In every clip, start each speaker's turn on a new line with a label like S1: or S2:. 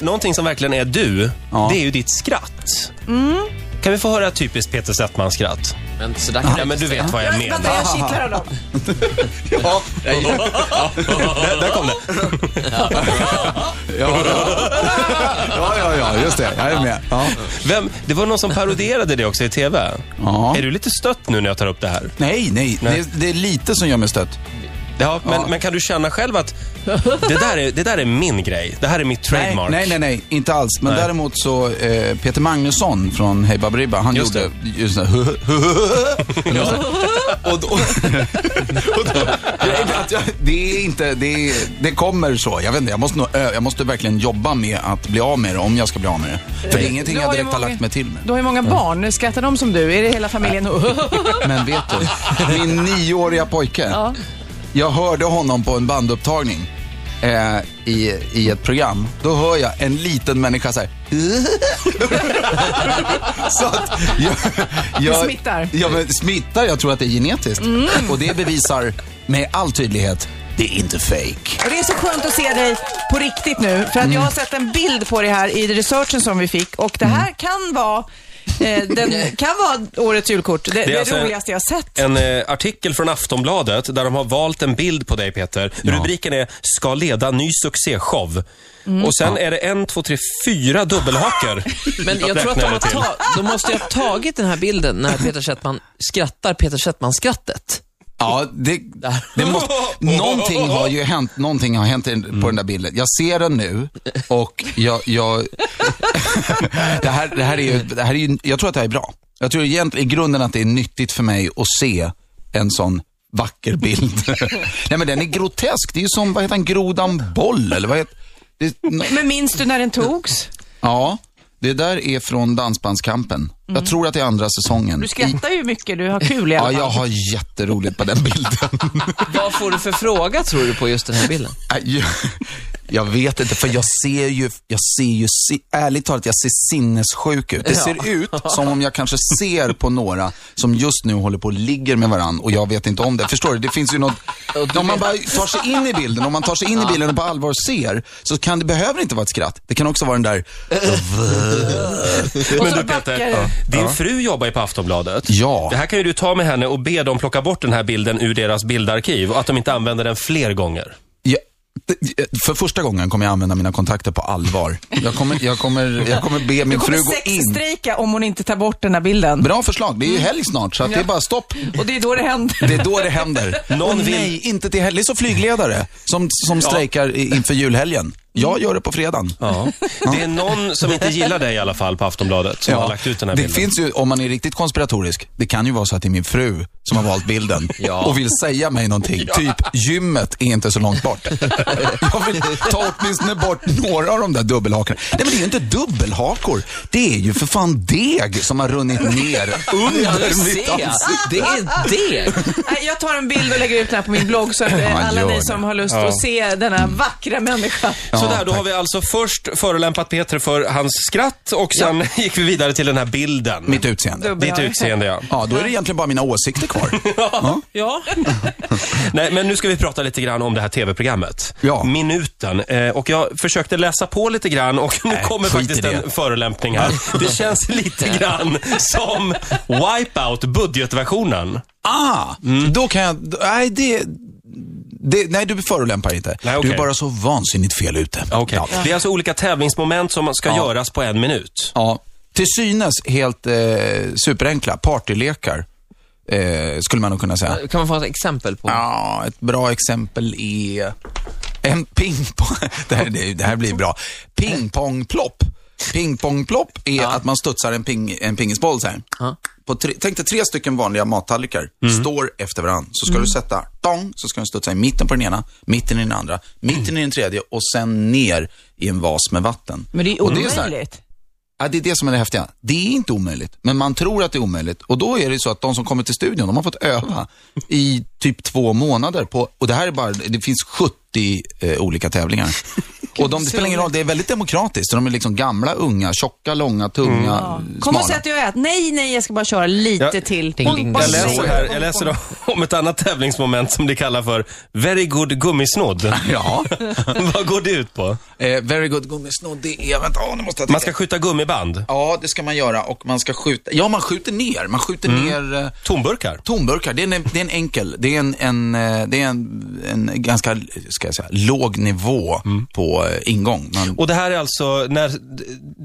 S1: någonting som verkligen är du,
S2: Ja.
S1: det är ju ditt skratt. Kan vi få höra ett typiskt Peter Settman-skratt?
S3: Men så där kan
S1: Ja,
S3: jag
S1: men du vet vad jag
S4: Vänta,
S1: menar.
S4: jag kittlar honom.
S2: Ja,
S1: Där, där kom det.
S2: ja, ja, ja, ja, just det. Jag är med. Ja.
S1: Vem, det var någon som paroderade det också i TV.
S2: Ja.
S1: Är du lite stött nu när jag tar upp det här?
S2: Nej, nej. Det, är- det är lite som gör mig stött.
S1: Ja, men, men kan du känna själv att det där, är, det där är min grej? Det här är mitt
S2: Nej,
S1: trademark.
S2: nej, nej, nej, inte alls. Men däremot så, eh, Peter Magnusson från Hey Baberiba, han
S1: Just
S2: gjorde just det. och då, och då, jag, att jag, det är inte, det, är, det kommer så. Jag vet inte, jag måste, nog, ö- jag måste verkligen jobba med att bli av med det, om jag ska bli av med det. För det är ingenting
S4: Du
S2: jag
S4: har ju
S2: direkt har
S4: många-
S2: lagt mig till med.
S4: Du har ju många barn. Skrattar de som du? Är det hela familjen?
S2: Men vet du, min nioåriga pojke. Jag hörde honom på en bandupptagning eh, i, i ett program. Då hör jag en liten människa så här. så att jag, jag,
S4: Det smittar.
S2: Ja, men smittar. Jag tror att det är genetiskt. Och det bevisar med all tydlighet, det är inte fake.
S4: Och det är så skönt att se dig på riktigt nu. För att jag
S2: Mm.
S4: har sett en bild på det här i researchen som vi fick. Och det här kan vara eh, den kan vara årets julkort. Det, det,
S1: alltså en-
S4: roligaste jag sett.
S1: En eh, artikel från Aftonbladet där de har valt en bild på dig Peter. Rubriken är “Ska leda ny succéshow”. Och sen är det en, två, tre, fyra dubbelhakar.
S3: Men jag tror
S1: Räknar
S3: att de,
S1: det
S3: har
S1: till.
S3: ta, de måste ju ha tagit den här bilden när Peter Settman skrattar Peter Settman-skrattet.
S2: Ja, det, det måste, någonting har ju hänt, någonting har hänt i- på den
S4: Mm.
S2: där bilden. Jag ser den nu och jag, jag det, här, det här är ju, det här är ju, jag tror att det här är bra. Jag tror egentligen i grunden att det är nyttigt för mig att se en sån vacker bild. Nej men den är grotesk, det är ju som, vad heter han, grodan boll eller vad heter, det,
S4: Men minns du när den togs?
S2: ja, det där är från Dansbandskampen. Jag tror att det är andra säsongen.
S4: Mm. Du skrattar ju mycket, du har kul i alla
S2: Ja,
S4: fall.
S2: jag har jätteroligt på den bilden.
S3: Vad får du för fråga, tror du, på just den här bilden?
S2: Nej, Jag, Äh, jag vet inte, för jag ser ju, jag ser ju, si- ärligt talat, jag ser sinnessjuk ut. Det ser ut som om jag kanske ser på några som just nu håller på och ligger med varann och jag vet inte om det. Förstår du? Det finns ju något, om man bara tar sig in i bilden, om man tar sig in i bilden och på allvar ser, så kan det, behöver det inte vara ett skratt. Det kan också vara den där,
S1: Men
S4: så
S1: du
S4: backar
S1: Peter,
S4: det.
S1: ja. din fru jobbar ju på Aftonbladet.
S2: Ja.
S1: Det här kan ju du ta med henne och be dem plocka bort den här bilden ur deras bildarkiv och att de inte använder den fler gånger.
S2: jag, för första gången kommer jag använda mina kontakter på allvar. Jag kommer, jag kommer, jag kommer be min
S4: Du
S2: fru
S4: kommer
S2: gå in.
S4: sexstrejka om hon inte tar bort den här bilden.
S2: Bra förslag, det är ju helg snart, så att det är bara stopp.
S4: Och det är då det händer.
S2: Det är då det händer.
S1: Någon
S2: Någon
S1: vill-
S2: Nej, inte till helg. Det är så flygledare som, som strejkar i- inför julhelgen. Jag gör det på fredagen.
S1: Ja. Det är någon som inte gillar dig i alla fall på Aftonbladet som har lagt ut den här
S2: det
S1: bilden.
S2: finns ju, om man är riktigt konspiratorisk, det kan ju vara så att det är min fru som har valt bilden och vill säga mig någonting. Typ, gymmet är inte så långt bort. Jag vill ta åtminstone bort några av de där dubbelhakorna. Nej, men det är ju inte dubbelhakor. Det är ju för fan deg som har runnit ner under mitt ansikte.
S3: Det är det.
S4: Nej, Jag tar en bild och lägger ut den här på min blogg så att eh,
S2: Ja,
S4: alla
S2: gör
S4: ni
S2: det.
S4: som har lust att se denna vackra människa.
S1: Sådär, då har vi alltså först förolämpat Peter för hans skratt och sen gick vi vidare till den här bilden.
S2: Mitt utseende.
S1: Ditt
S4: Dubbelhaka.
S1: utseende, ja.
S2: Ja, då är det egentligen bara mina åsikter kvar.
S3: Ja.
S1: Nej, men nu ska vi prata lite grann om det här tv-programmet.
S2: Ja.
S1: Minuten. Eh, och jag försökte läsa på lite grann och nu kommer
S2: skit i
S1: faktiskt
S2: det.
S1: en förolämpning här. Det känns lite grann som Wipeout, budgetversionen.
S2: Ah,
S1: Mm.
S2: då kan jag... Nej, det, det, nej du förolämpar inte.
S1: Nej, okej.
S2: Du är bara så vansinnigt fel ute.
S1: Okay.
S2: Ja.
S1: Det är alltså olika tävlingsmoment som ska
S2: Ja.
S1: göras på en minut.
S2: ja. Till synes helt eh, superenkla partylekar, eh, skulle man nog kunna säga.
S3: Kan man få ett exempel på?
S2: Ja, ett bra exempel är en pingpong... Det här, det, det här blir bra. Pingpongplopp. Pingpongplopp är att man studsar en, ping, en pingisboll så här. På tre, tänk dig tre stycken vanliga mattallrikar står efter varandra. Så ska du sätta dong, så ska du studsa i mitten på den ena, mitten i den andra, mitten i den tredje och sen ner i en vas med vatten.
S4: Men det är
S2: Och det är så här.
S4: omöjligt.
S2: Ja, det är det som är det häftiga. Det är inte omöjligt, men man tror att det är omöjligt. Och då är det så att de som kommer till studion, de har fått öva i typ två månader. På, och det här är bara, det finns 70 eh, olika tävlingar. Och de, det spelar ingen roll, det är väldigt demokratiskt. Så de är liksom gamla, unga, tjocka, långa, tunga,
S4: Mm. Kom
S2: smala.
S4: och säg att jag ät. Nej, nej, jag ska bara köra lite
S1: Ja.
S4: till.
S3: Ding, ding,
S4: Och-
S1: Jag
S4: och-
S1: läser, här, jag läser om ett annat tävlingsmoment som de kallar för Very good gummisnodd.
S2: Ja,
S1: Vad går det ut på?
S2: Eh, very good gummisnodd, det är... Vänta, åh, nu måste jag
S1: Man
S2: tänka.
S1: ska skjuta gummiband.
S2: Ja, det ska man göra och man ska skjuta... Ja, man skjuter ner. Man skjuter
S1: Mm.
S2: ner... eh,
S1: Tomburkar.
S2: Tomburkar, det är, en, det är en enkel, det är en, en, eh, det är en, en ganska, ska jag säga, låg nivå
S1: Mm.
S2: på eh, ingång. Man,
S1: Och det här är alltså, när,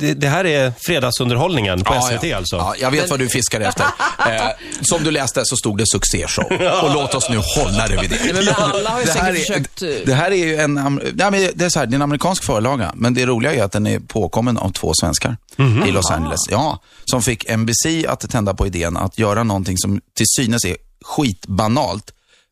S1: det, det här är fredagsunderhållningen på SVT
S2: ja.
S1: alltså?
S2: Ja, jag vet vad du fiskar efter. Eh, som du läste så stod det succéshow. Och låt oss nu hålla det vid det.
S3: Nej, men alla har ju
S2: det, här
S3: säkert försökt, eh,
S2: är, det här är ju en, am- nej, men det är så här, det är en amerikansk förlaga, men det roliga är att den är påkommen av två svenskar i Los Angeles. Ja, som fick NBC att tända på idén att göra någonting som till synes är skitbanalt,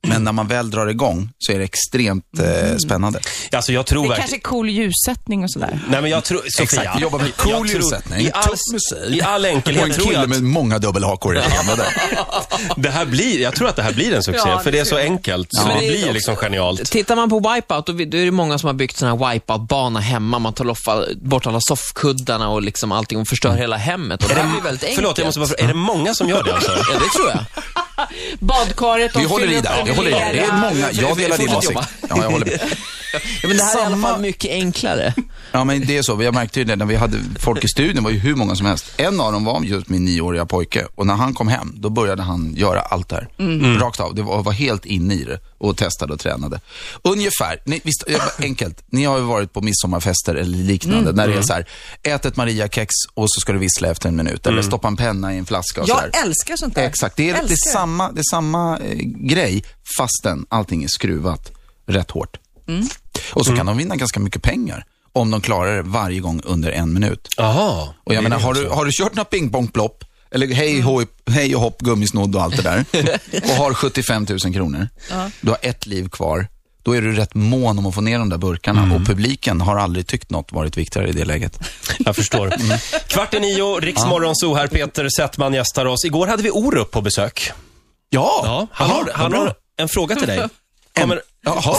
S2: men när man väl drar igång så är det extremt eh, spännande.
S1: Alltså jag tror
S4: Det
S1: verkligen...
S4: kanske är cool ljussättning och sådär.
S1: Nej men jag tror, Sofia.
S2: Exakt, vi jobbar med cool
S1: jag tror-
S2: ljussättning,
S1: I all,
S2: tuff musik.
S1: I all
S2: Och en
S1: enkelhet tror
S2: kille
S1: jag
S2: med
S1: att
S2: många dubbelhakor i ena där.
S1: det här blir, jag tror att det här blir en succé,
S4: Ja, det
S1: för det är så
S4: tror jag.
S1: enkelt. Så
S3: Men
S1: det
S3: det är
S1: blir
S3: också-
S1: liksom genialt.
S3: Tittar man på Wipeout, då vi- då är det många som har byggt sån här Wipeout-bana hemma. Man tar loffa, bort alla soffkuddarna och liksom allting och förstör hela hemmet. Och det här blir väldigt enkelt.
S1: Förlåt, jag måste bara fråga, är det många som gör det alltså?
S3: Ja, det tror jag.
S4: Badkaret, de
S2: Vi håller i
S4: fyller
S2: där,
S4: upp
S2: vi håller i där. Det är många, jag delar din
S3: Fortsätt
S2: åsikt.
S3: jobba.
S2: Ja, jag håller med.
S3: Ja, men det här är i alla
S2: Samma-
S3: fall mycket enklare.
S2: Ja, men det är så. Jag märkte ju det när vi hade folk i studion, var ju hur många som helst. En av dem var just min nioåriga pojke och när han kom hem, då började han göra allt det här. Rakt av. Det var, var helt inne i det och testade och tränade. Ungefär, ni, visst, jag bara- enkelt, ni har ju varit på midsommarfester eller liknande, när det är så här, ät ett Maria-kex och så ska du vissla efter en minut, eller stoppa en penna i en flaska och så där.
S4: Jag älskar sånt där.
S2: Exakt, det är, det
S4: Älskar.
S2: är samma, det är samma eh, grej fastän allting är skruvat rätt hårt. Och så kan de vinna ganska mycket pengar om de klarar det varje gång under en minut.
S1: Jaha.
S2: Och jag menar, har du, har du kört några pingpongplopp, eller hej, hopp, hej och hopp, gummisnodd och allt det där, och har 75 000 kronor, du har ett liv kvar, då är du rätt mån om att få ner de där burkarna och publiken har aldrig tyckt något varit viktigare i det läget.
S1: Jag förstår.
S2: Mm.
S1: Kvart i nio, Riksmorgon Zoo här. Peter Settman gästar oss. Igår hade vi Orup på besök.
S2: Ja,
S1: Ja, han, har, han har en fråga till dig. Kommer,
S2: Jaha,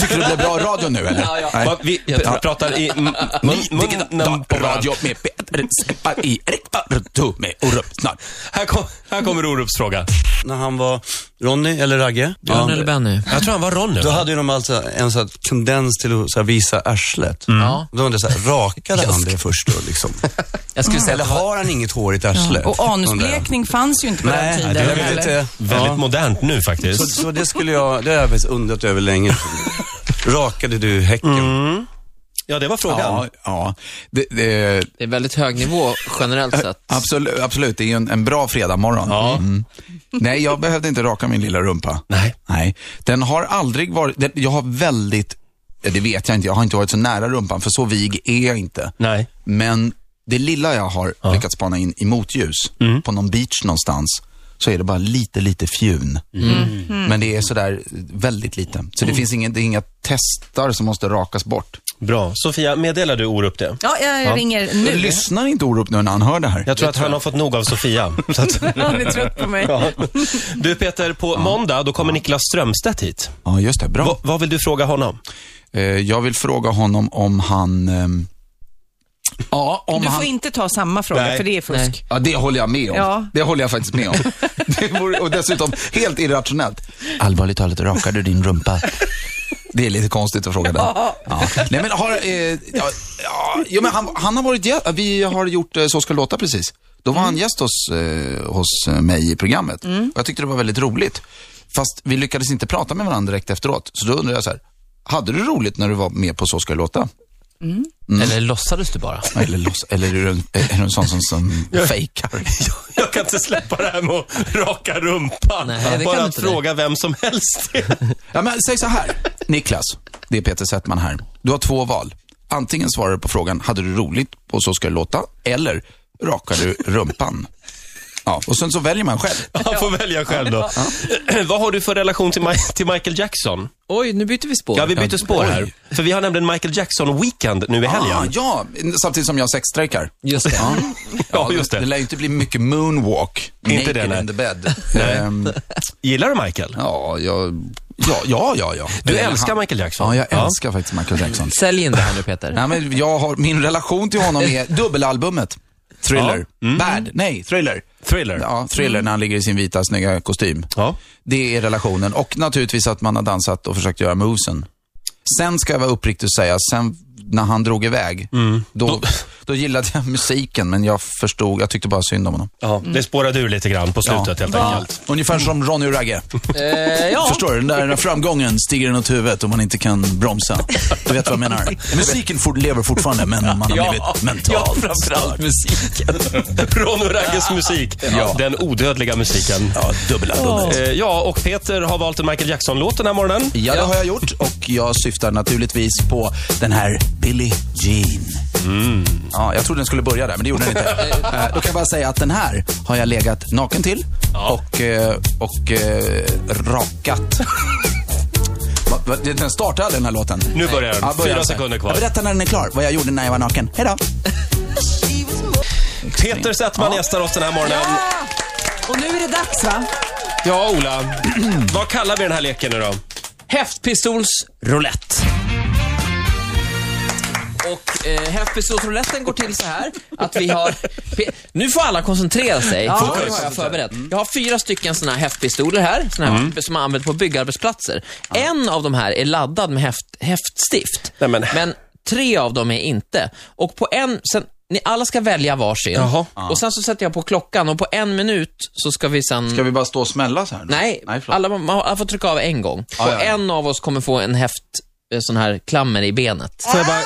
S2: tycker du det blev bra radio nu eller?
S3: Ja, ja.
S2: Nej.
S1: va, vi pr- pratar i m- mun- munnen på radio.
S2: med Peter Seppar i Rektor med Orup snart.
S1: Här, kom, här kommer Orups fråga.
S5: när han var Ronny eller Ragge.
S3: Björn eller Benny?
S1: Jag tror han var Ronny.
S5: Då
S1: va?
S5: hade ju de alltså en sån här tendens till att så här visa arslet.
S4: Mm.
S3: Ja.
S5: Då var det så här, rakade han det först då liksom?
S3: Jag skulle säga
S5: Eller
S3: att det var...
S5: har han inget hårigt arsle?
S4: Och anusblekning fanns ju inte på den
S5: Nej,
S4: tiden.
S5: jag vet
S4: heller.
S5: inte.
S1: Väldigt
S5: Ja.
S1: modernt nu
S5: Så,
S1: faktiskt.
S5: så det skulle jag, det har jag faktiskt undrat över länge. Rakade du häcken?
S1: Ja, det var frågan.
S2: Ja, ja. Det, det,
S3: Det är väldigt hög nivå generellt sett.
S2: absolut, absolut, det är ju en, en bra fredagmorgon.
S1: Ja.
S2: Mm. Nej, jag behövde inte raka min lilla rumpa.
S1: Nej.
S2: Nej, den har aldrig varit, den, jag har väldigt, ja, det vet jag inte, jag har inte varit så nära rumpan för så vig är jag inte.
S1: Nej.
S2: Men det lilla jag har lyckats spana in i motljus
S1: Mm.
S2: på någon beach någonstans så är det bara lite, lite fjun.
S1: Mm.
S4: Mm.
S2: Men det är sådär väldigt lite. Så det finns ingen, det är inga testar som måste rakas bort.
S1: Bra. Sofia, meddelar du Orup det?
S4: Ja, jag ringer
S2: Nu.
S4: nu.
S2: Lyssnar inte Orup nu när han hör det här?
S1: Jag tror att han har fått nog av Sofia. Så att,
S4: Han är trött på mig.
S1: ja. Du Peter, på måndag då kommer Niklas Strömstedt hit.
S2: Ja, just det. Bra.
S1: Va, vad vill du fråga honom?
S2: Eh, jag vill fråga honom om han... ehm, ja, om
S4: Du får
S2: han...
S4: inte ta samma fråga,
S1: Nej.
S4: för det är fusk.
S3: Nej.
S2: Ja, det håller jag med om.
S4: Ja.
S2: Det håller jag faktiskt med om. Det vore, och dessutom helt irrationellt. Allvarligt talat, rakar du din rumpa? Det är lite konstigt att fråga det. Ja. Nej, men har, eh, ja, ja, jo, men han, han har varit gäst, vi har gjort eh, Så ska det låta precis. Då var han gäst hos, eh, hos eh, mig i programmet. Och jag tyckte det var väldigt roligt. Fast vi lyckades inte prata med varandra direkt efteråt. Så då undrar jag så här, hade du roligt när du var med på Så ska det låta?
S1: Mm.
S3: Eller låtsades du bara?
S2: Eller, loss, eller är du en, är du en sån som, som fejkar?
S1: Jag kan inte släppa det här med att raka rumpan.
S3: Nej, det kan
S1: Bara att
S3: inte det.
S1: fråga vem som helst.
S2: Ja, men säg så här. Niklas, det är Peter Settman här. Du har två val. Antingen svarar du på frågan, hade du roligt och så ska det låta, eller rakar du rumpan? Ja, och sen så väljer man själv.
S1: Han får välja själv då. Vad har du för relation till, Mi- till Michael Jackson?
S3: Oj, nu byter vi spår.
S1: Ja, vi byter spår här. För vi har nämligen Michael Jackson-weekend nu i
S2: Ah,
S1: helgen.
S2: ja, samtidigt som jag sexstrejkar.
S3: Just det.
S2: Ja.
S1: Ja, just det.
S2: Det lär ju inte bli mycket moonwalk.
S1: Inte
S2: naked
S1: det, nej.
S2: in the bed. Ehm,
S1: Gillar du Michael?
S2: ja, jag, ja, ja, ja, ja.
S1: Du
S2: Eller
S1: älskar
S2: han-
S1: Michael Jackson?
S2: Ja, jag älskar faktiskt Michael Jackson.
S3: Sälj inte här nu Peter.
S2: Nej, men jag har, min relation till honom är dubbelalbumet. Thriller. Bad. Nej, Thriller. Mm.
S1: Thriller.
S2: Ja, thriller när han ligger i sin vita snygga kostym.
S1: Ja.
S2: Det är relationen. Och naturligtvis att man har dansat och försökt göra movesen. Sen ska jag vara uppriktig och säga, sen när han drog iväg, Mm. då, då gillade jag musiken, men jag förstod, jag tyckte bara synd om honom.
S1: Ja, Det spårade ur lite grann på slutet helt enkelt.
S2: Ungefär som Ronny och Ragge.
S3: Eh, ja.
S2: Förstår du? Den där när framgången stiger inåt huvudet och man inte kan bromsa. Du vet vad jag menar? Musiken fort, lever fortfarande, men man har blivit
S3: Ja,
S2: mentalt
S3: framförallt musiken.
S1: Ron och Ragges musik. Den odödliga musiken.
S2: Ja, dubbla dubbel.
S1: Eh,
S2: E.
S1: Ja, och Peter har valt en Michael Jackson-låt den här morgonen.
S2: Ja, det har jag gjort och jag syftar naturligtvis på den här Billie Jean. Ja, jag trodde den skulle börja där, men det gjorde den inte. Eh, Då kan jag bara säga att den här har jag legat naken till och, eh, och eh, rakat. Va- va- Den startar aldrig den här låten.
S1: Nu börjar den.
S2: Ja, börjar
S1: Fyra
S2: så här.
S1: sekunder kvar.
S2: Jag berättar när den är klar, vad jag gjorde när jag var naken. Hej då!
S1: Peter Settman gästar oss den här morgonen.
S4: Och nu är det dags va?
S1: Ja, Ola. Vad kallar vi den här leken nu då?
S3: Häftpistols roulette. Och eh, häftpistolsrouletten går till så här att vi har... Pe- Nu får alla koncentrera sig, för nu har jag förberett. Jag har fyra stycken såna här häftpistoler här, såna här som man använder på byggarbetsplatser. En av de här är laddad med häft, häftstift,
S1: Nej, men-
S3: tre av dem är inte. Och på en... Sen, ni alla ska välja varsin.
S1: Jaha.
S3: Och sen så sätter jag på klockan och på en minut så ska vi sen...
S2: Ska vi bara stå och smälla så här?
S3: Nej, alla, man, man får trycka av en gång.
S2: Ja,
S3: och
S2: ja, ja.
S3: en av oss kommer få en häft, eh, sån här klammer i benet.
S1: Får jag bara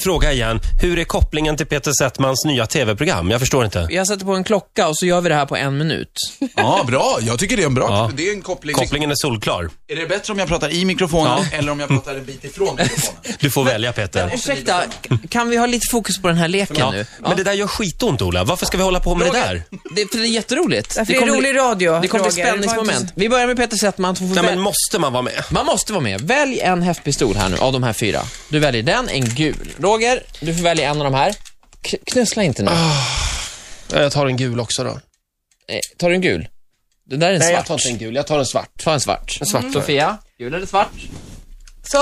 S1: fråga igen. Hur är kopplingen till Peter Settmans nya tv-program? Jag förstår inte.
S3: Jag sätter på en klocka och så gör vi det här på en minut.
S2: Ja, bra. Jag tycker det är en bra
S1: Ja.
S2: det är en koppling.
S1: Kopplingen är solklar.
S2: Är det bättre om jag pratar i mikrofonen eller om jag pratar en bit ifrån mikrofonen?
S1: Du får välja Peter.
S3: Ursäkta, k- kan vi ha lite fokus på den här leken
S1: Ja,
S3: nu?
S1: men det där gör skitont Ola. Varför ska vi hålla på med det där?
S3: Det, för det är jätteroligt.
S4: Därför det är
S3: kommer
S4: rolig
S3: bli,
S4: radio,
S3: det kommer bli
S4: Roger. Det var inte
S3: spänningsmoment. Vi börjar med Peter Settman. som får
S1: Nej,
S3: väl-
S1: men måste man vara med?
S3: Man måste vara med. Välj en häftpistol här nu, av de här fyra. Du väljer den, en gul. Roger, du får välja en av de här. K- knussla inte nu.
S6: Ah. Jag tar en gul också då.
S3: Eh, Tar du en gul? Det där är en
S6: Nej, jag
S3: svart.
S6: tar inte en gul. Jag tar en svart.
S3: Ta en svart. En svart. Sofia, gul eller svart?
S4: Så,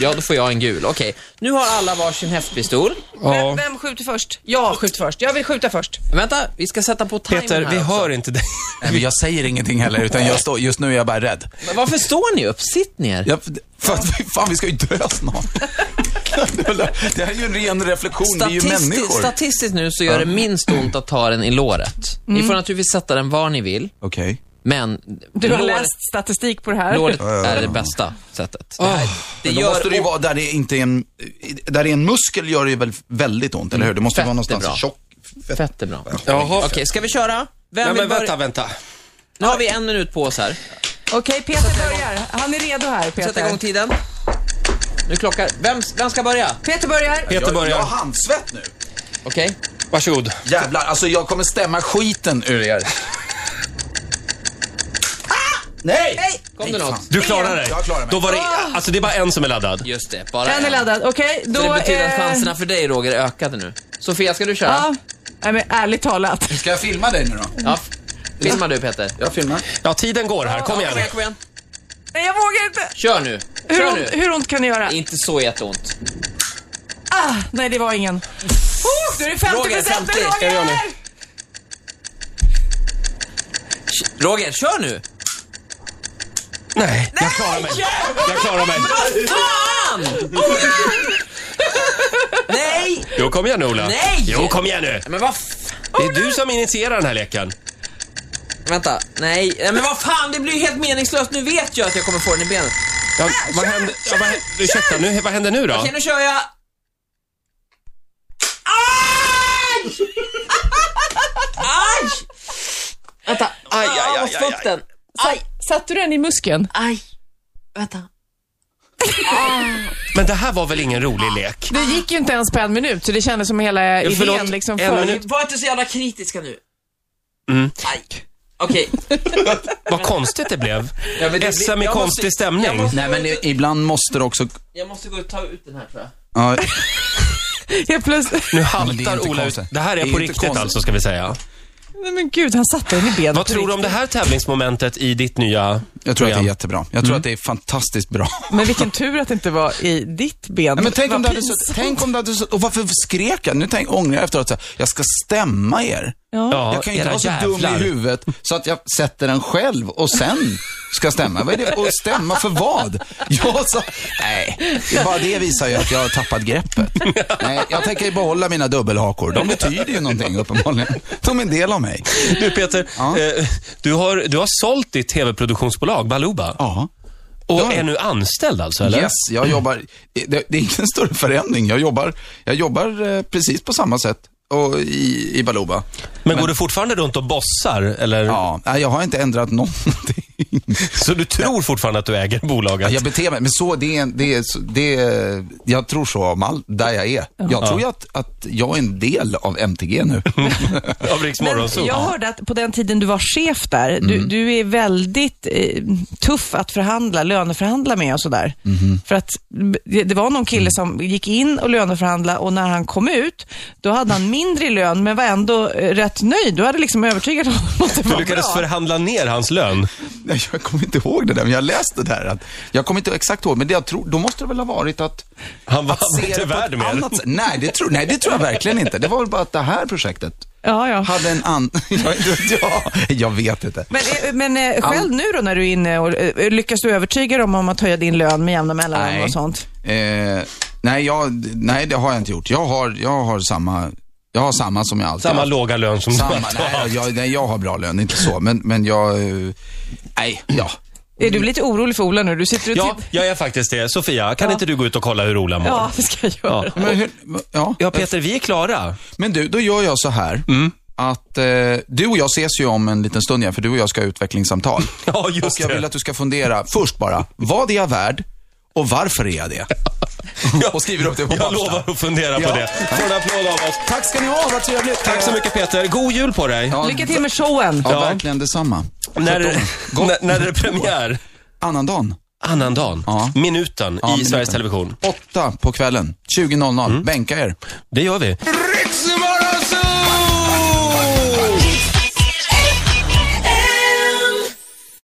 S3: Ja, då får jag en gul. Okej. Nu har alla varsin häftpistol.
S4: vem, vem skjuter först? Jag skjuter först. Jag vill skjuta först.
S3: Men vänta, vi ska sätta på timern
S1: Peter,
S3: här
S1: vi
S3: också.
S1: hör inte dig.
S2: Nej, men jag säger ingenting heller, utan jag står, just nu är jag bara rädd.
S3: Men varför står ni upp? Sitt ner.
S2: Jag, för att, fan, vi ska ju dö snart. Det här är ju en ren reflektion, vi är ju
S3: Statistiskt,
S2: människor.
S3: statistiskt nu så gör det minst ont att ta den i låret. Ni får naturligtvis sätta den var ni vill,
S2: Okej.
S3: men
S4: Du har
S3: låret,
S4: läst statistik på det här. Ah.
S3: låret är det bästa sättet. Det, här, det
S2: Men då måste
S3: gör
S2: det ju vara där det inte är en, där det är en muskel gör det ju väl väldigt ont, eller hur? Det måste
S3: Fett
S2: vara
S3: är
S2: någonstans
S3: bra.
S2: tjock.
S3: fett är bra.
S1: Jaha.
S3: Okej, ska vi köra? Vem
S1: Nej,
S3: vill
S1: men
S3: börja?
S1: vänta, vänta.
S3: Nu har vi en minut på oss här.
S4: Okej, Peter börjar. Han är redo här,
S3: Sätt igång
S4: Peter.
S3: tiden. Nu klockar... Vem, vem ska börja?
S4: Peter börjar.
S1: Peter
S2: Jag, jag har
S1: börjar.
S2: handsvett nu.
S3: Okej.
S1: Varsågod.
S2: Jävlar, alltså jag kommer stämma skiten ur er. Ah! Nej!
S4: Nej,
S3: Kom det något?
S1: Du klarar dig.
S2: Jag klarar mig.
S1: Då var det,
S3: Ah!
S1: alltså det är bara en som är laddad.
S3: Just det, bara
S4: den är laddad. Okej, då...
S3: Så det betyder att
S4: eh,
S3: chanserna för dig Roger ökade nu. Sofia, ska du köra?
S4: Ja. Nej, men ärligt talat.
S2: Ska jag filma dig nu då?
S3: Ja, filmar du Peter.
S2: Jag filmar.
S1: Ja, tiden går här. Kom igen.
S3: Kom igen, kom igen.
S4: Nej, jag vågar inte.
S3: Kör nu.
S4: Hur
S3: Kör
S4: ont,
S3: nu.
S4: hur ont kan det göra?
S3: Inte så jätteont.
S4: Ah, nej, det var ingen. Oh, då är det 50
S3: Roger,
S4: procent
S3: 50.
S4: med
S3: Jag gör nu.
S4: Roger!
S3: Roger, kör nu.
S1: Nej, jag klarar mig. Jag klarar mig.
S3: Fan! Nej!
S1: Jo, kom igen nu Ola.
S3: Nej!
S1: Jo, kom igen nu.
S3: Men vad f-
S1: Det är du som initierar den här leken.
S3: Vänta, nej. nej. Men vad fan, det blir ju helt meningslöst. Nu vet jag att jag kommer få den i benet.
S1: Ja, vad händer? Ja, vad, hä- ursäkta, nu, vad händer nu då?
S3: Okej, nu kör jag. Aj! Aj! Vänta. Aj, aj, aj, aj, aj. Aj,
S4: Satte du den i muskeln?
S3: aj. Vänta.
S1: Men det här var väl ingen rolig lek?
S4: Det gick ju inte ens på en minut, så det kändes som hela
S1: Ja, förlåt,
S4: idén liksom
S1: en
S4: föll.
S1: minut.
S3: Var inte så jävla kritiska nu.
S1: Mm.
S3: Aj. Okej.
S1: Vad konstigt det blev.
S3: Ja, men det-
S1: SM i
S3: jag måste-
S1: konstig
S3: jag
S1: stämning.
S3: måste-
S2: Nej, men i- ibland måste det också...
S3: Jag måste gå och ta ut den här tror jag.
S2: Ja,
S4: Helt plötsligt.
S1: Nu
S2: Men det är
S1: haltar
S2: inte
S1: Ola ut.
S2: konstigt.
S1: Det här
S2: Det
S1: är
S2: är
S1: på
S2: inte
S1: riktigt
S2: konstigt.
S1: alltså, ska vi säga.
S4: Nej men gud, han satte den i benet.
S1: Vad tror du om det här tävlingsmomentet i ditt nya
S2: jag tror att det är
S1: program?
S2: jättebra. Jag tror att det är fantastiskt bra.
S4: Men vilken tur att det inte var i ditt ben.
S2: Nej, men tänk
S4: Vad
S2: om det hade
S4: pinsamt.
S2: suttit... Tänk om det hade suttit... Och varför skrek jag? Nu tänk, ångrar jag efteråt så här, jag ska stämma er.
S1: Ja,
S2: Jag kan ju inte
S3: era
S2: vara så
S3: jävlar.
S2: dum i huvudet så att jag sätter den själv och sen ska stämma. Vad är det? Och stämma för vad? Jag sa, nej, det är bara det visar ju att jag har tappat greppet. Nej, jag tänker ju behålla mina dubbelhakor. De betyder ju någonting uppenbarligen. De är en del av mig.
S1: Du Peter,
S2: Ja.
S1: eh, du, har, du har sålt ditt tv-produktionsbolag Baluba
S2: Ja.
S1: och är nu anställd alltså, eller?
S2: Yes, jag jobbar, det, det är ingen större förändring. Jag jobbar, jag jobbar eh, precis på samma sätt och i, i Baluba.
S1: Men, går du fortfarande runt och bossar, eller?
S2: Ja, nej, jag har inte ändrat någonting.
S1: Så du tror fortfarande att du äger bolaget?
S2: Jag beter mig, men så det är, en- det är, så- det är jag tror så om all, där jag är. Jag tror ju att, att jag är en del av MTG nu.
S1: Av Riks
S4: Men
S1: Morgonzoo?
S4: jag hörde att på den tiden du var chef där,
S1: Mm.
S4: du, du är väldigt eh, tuff att förhandla, löneförhandla med och sådär.
S1: Mm-hmm.
S4: För att det, det var någon
S1: Mm.
S4: kille som gick in och löneförhandla och när han kom ut, då hade han mindre i lön men var ändå eh, rätt nöjd. Du hade liksom övertygat honom att det
S1: Du
S4: var
S1: lyckades
S4: bra.
S1: förhandla ner hans lön.
S2: Nej, jag kommer inte ihåg det där, men jag läste det här. Att, jag kommer inte exakt ihåg, men det jag tror, då måste det väl ha varit att...
S1: Han var
S2: att se
S1: inte
S2: det på
S1: värd
S2: ett
S1: mer.
S2: annat sätt. Nej det, tror, nej, det tror jag verkligen inte. Det var väl bara att det här projektet
S4: Ja, ja.
S2: hade en annan... Jag, ja, jag vet inte.
S4: Men, eh, men eh, själv nu då när du är inne, och, eh, lyckas du övertyga dem om att höja din lön med jämna mellanrum och sånt?
S2: Eh, nej, jag, nej, det har jag inte gjort. Jag har, jag har, samma, jag har samma som jag alltid
S1: Samma
S2: haft.
S1: låga lön som du
S2: Samma,
S1: alltid har
S2: nej,
S1: haft.
S2: jag, nej, jag har bra lön, inte så. Men, men jag... eh, Nej, ja.
S4: Är du lite orolig för Ola nu? Du sitter och
S1: Mm. Ja,
S4: tittar-
S1: jag är faktiskt det. Sofia, kan inte du gå ut och kolla hur Ola mår?
S4: ja, det ska jag göra.
S1: Ja.
S2: Men, hur, ja.
S1: Ja, Peter, vi är klara.
S2: men du, då gör jag så här.
S1: Mm.
S2: Att eh, du och jag ses ju om en liten stund igen, för du och jag ska ha utvecklingssamtal.
S1: Ja,
S2: och
S1: just
S2: jag vill
S1: det.
S2: att du ska fundera först bara, vad är jag värd och varför är jag det? och skriver upp det på
S1: Jag
S2: papper.
S1: lovar att fundera på
S2: Ja.
S1: det. Får en applåd av oss.
S2: Tack ska ni ha, vad trevligt.
S1: Tack så mycket Peter. God jul på dig.
S2: Ja,
S4: Lycka till med showen.
S2: Ja,
S1: Ja.
S2: verkligen detsamma.
S1: När, när, när är det premiär?
S2: Annandagen,
S1: Annandagen.
S2: Ja.
S1: Minuten i
S2: minuten.
S1: Sveriges Television. Mm.
S2: åtta på kvällen, 20.00. Bänka er.
S1: Det gör vi.